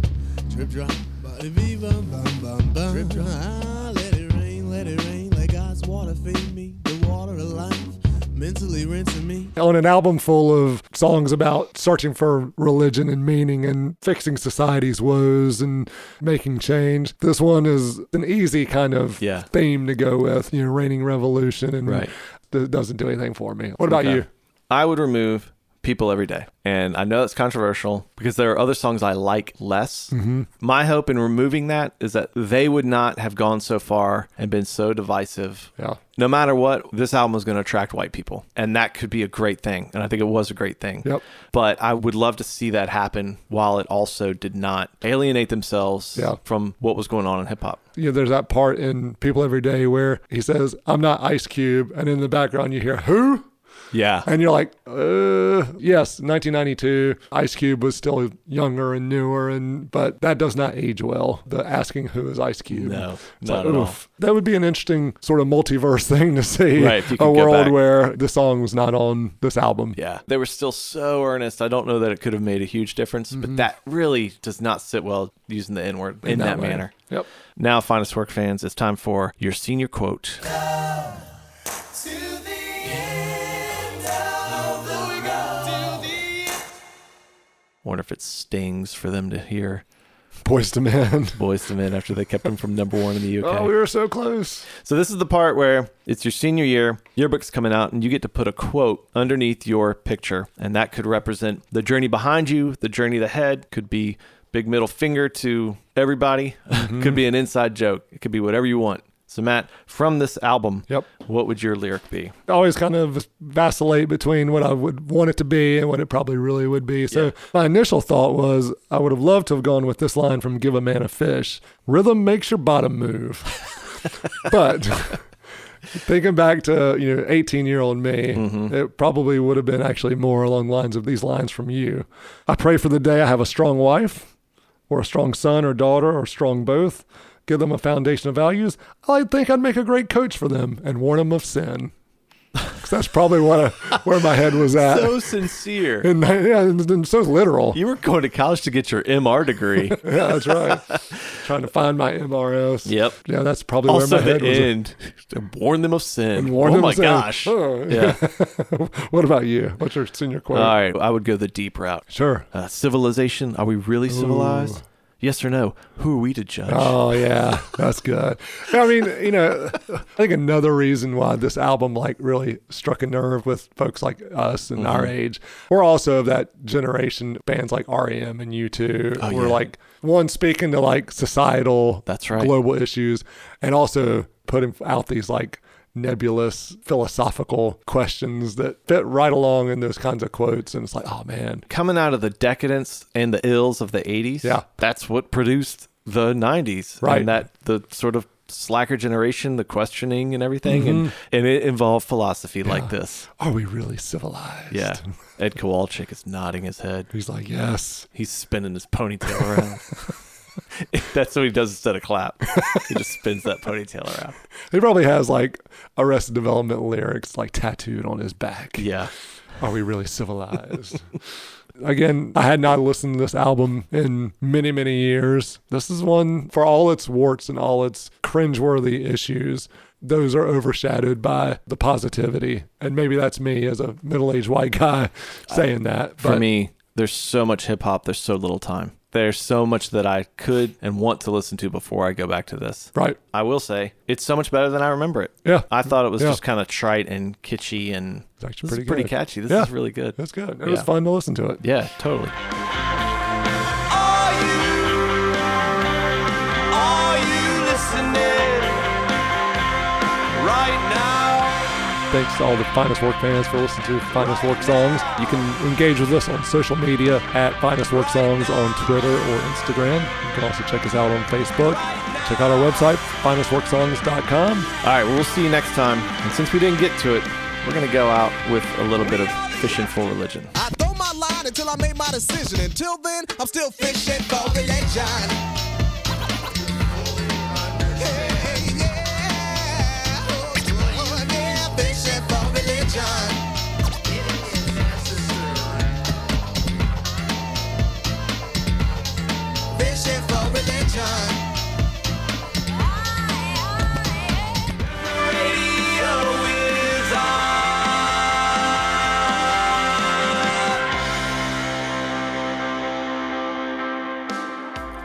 Speaker 3: drip drop. Bada viva, bum bum bum. Drip drop. Ah, let it rain, let it rain. Let God's water feed me. The water of life, mentally rinsing me.
Speaker 2: On an album full of songs about searching for religion and meaning and fixing society's woes and making change, this one is an easy kind of
Speaker 1: Yeah.
Speaker 2: theme to go with, you know, Reigning Revolution, and
Speaker 1: Right.
Speaker 2: that doesn't do anything for me. What about
Speaker 1: Okay.
Speaker 2: you?
Speaker 1: I would remove People Every Day. And I know that's controversial because there are other songs I like less.
Speaker 2: Mm-hmm.
Speaker 1: My hope in removing that is that they would not have gone so far and been so divisive.
Speaker 2: Yeah.
Speaker 1: No matter what, this album is going to attract white people. And that could be a great thing. And I think it was a great thing.
Speaker 2: Yep.
Speaker 1: But I would love to see that happen while it also did not alienate themselves
Speaker 2: Yeah.
Speaker 1: from what was going on in hip hop.
Speaker 2: you know, there's that part in People Every Day where he says, I'm not Ice Cube. And in the background, you hear, Who?
Speaker 1: Yeah.
Speaker 2: And you're like, uh, yes, 1992, Ice Cube was still younger and newer, and but that does not age well. The asking who is Ice Cube,
Speaker 1: No,
Speaker 2: It's
Speaker 1: not at all.
Speaker 2: That would be an interesting sort of multiverse thing to see.
Speaker 1: Right, if you could
Speaker 2: a
Speaker 1: go
Speaker 2: world
Speaker 1: back.
Speaker 2: where the song was not on this album.
Speaker 1: Yeah. They were still so earnest. I don't know that it could have made a huge difference, but that really does not sit well using the N word in, that,
Speaker 2: way.
Speaker 1: manner.
Speaker 2: Yep.
Speaker 1: Now, Finest Work fans, it's time for your senior quote. Wonder if it stings for them to hear
Speaker 2: Boys to Men.
Speaker 1: Boys to Men after they kept them from number one in the UK.
Speaker 2: Oh, we were so close.
Speaker 1: So this is the part where it's your senior year, yearbook's coming out, and you get to put a quote underneath your picture, and that could represent the journey behind you, the journey ahead. Could be big middle finger to everybody. could
Speaker 2: Mm-hmm.
Speaker 1: be an inside joke. It could be whatever you want. So Matt, from this album,
Speaker 2: Yep.
Speaker 1: what would your lyric be?
Speaker 2: I always kind of vacillate between what I would want it to be and what it probably really would be. So
Speaker 1: Yeah.
Speaker 2: my initial thought was I would have loved to have gone with this line from Give a Man a Fish. Rhythm makes your bottom move. but thinking back to, you know, 18 year old me,
Speaker 1: Mm-hmm.
Speaker 2: it probably would have been actually more along the lines of these lines from you. I pray for the day I have a strong wife or a strong son or daughter or strong both. Give them a foundation of values. I think I'd make a great coach for them and warn them of sin. 'Cause that's probably what I, where my head was at.
Speaker 1: So sincere.
Speaker 2: and, yeah, and, and so literal.
Speaker 1: You were going to college to get your MR degree.
Speaker 2: yeah, that's right. Trying to find my MRS.
Speaker 1: Yep.
Speaker 2: Yeah, that's probably
Speaker 1: also,
Speaker 2: where my head
Speaker 1: the
Speaker 2: was. at.
Speaker 1: end. To warn them of sin.
Speaker 2: And warn
Speaker 1: oh
Speaker 2: them
Speaker 1: my
Speaker 2: of sin.
Speaker 1: gosh.
Speaker 2: Oh.
Speaker 1: Yeah.
Speaker 2: What about you? What's your senior quote?
Speaker 1: All right. I would go the deep route.
Speaker 2: Sure.
Speaker 1: Uh, civilization? Are we really civilized? Yes or no? Who are we to judge?
Speaker 2: Oh yeah, that's good. I mean, you know, I think another reason why this album like really struck a nerve with folks like us
Speaker 1: Mm-hmm.
Speaker 2: and our age. We're also of that generation. Bands like REM and U2
Speaker 1: Oh,
Speaker 2: were
Speaker 1: yeah.
Speaker 2: like one speaking to like societal,
Speaker 1: That's right.
Speaker 2: global issues, and also putting out these like nebulous philosophical questions that fit right along in those kinds of quotes. And it's like, oh man,
Speaker 1: Coming out of the decadence and the ills of the 80s,
Speaker 2: Yeah.
Speaker 1: that's what produced the 90s.
Speaker 2: Right.
Speaker 1: And that the sort of slacker generation, the questioning and everything. And,
Speaker 2: Mm-hmm.
Speaker 1: and it involved philosophy like this.
Speaker 2: are we really civilized?
Speaker 1: Yeah. Ed Kowalczyk is nodding his head.
Speaker 2: He's like, yes.
Speaker 1: He's spinning his ponytail around. that's what he does instead of clap. He just spins that ponytail around.
Speaker 2: He probably has like Arrested Development lyrics like tattooed on his back.
Speaker 1: Yeah.
Speaker 2: Are we really civilized? Again, I had not listened to this album in many, many years. This is one for all its warts and all its cringeworthy issues. Those are overshadowed by the positivity. And maybe that's me as a middle aged white guy saying that.
Speaker 1: for me, there's so much hip hop, there's so little time. There's so much that I could and want to listen to before I go back to this.
Speaker 2: Right.
Speaker 1: I will say it's so much better than I remember it.
Speaker 2: Yeah.
Speaker 1: I thought it was
Speaker 2: Yeah.
Speaker 1: just kind of trite and kitschy and
Speaker 2: It's actually
Speaker 1: this is
Speaker 2: pretty
Speaker 1: pretty
Speaker 2: good.
Speaker 1: catchy. This
Speaker 2: Yeah.
Speaker 1: is really good.
Speaker 2: That's good. It
Speaker 1: yeah.
Speaker 2: was fun to listen to it.
Speaker 1: Yeah, totally.
Speaker 6: Are you? Are you listening right now?
Speaker 2: Thanks to all the Finest Work fans for listening to Finest Work Songs. You can engage with us on social media at Finest Work Songs on Twitter or Instagram. You can also check us out on Facebook. Check out our website, finestworksongs.com.
Speaker 7: All right, well, we'll see you next time. And since we didn't get to it, we're going to go out with a little bit of fishing for religion.
Speaker 3: I throw my line until I make my decision. Until then, I'm still fishing for religion. Hey, yeah. Oh, yeah, fishing for religion. Fishing for religion.
Speaker 8: Radio is on.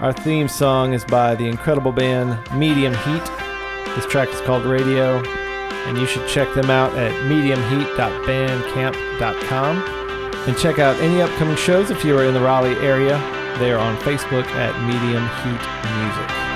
Speaker 1: Our theme song is by the incredible band Medium Heat. This track is called Radio, and you should check them out at mediumheat.bandcamp.com. And check out any upcoming shows if you are in the Raleigh area. They are on Facebook at Medium Heat Music.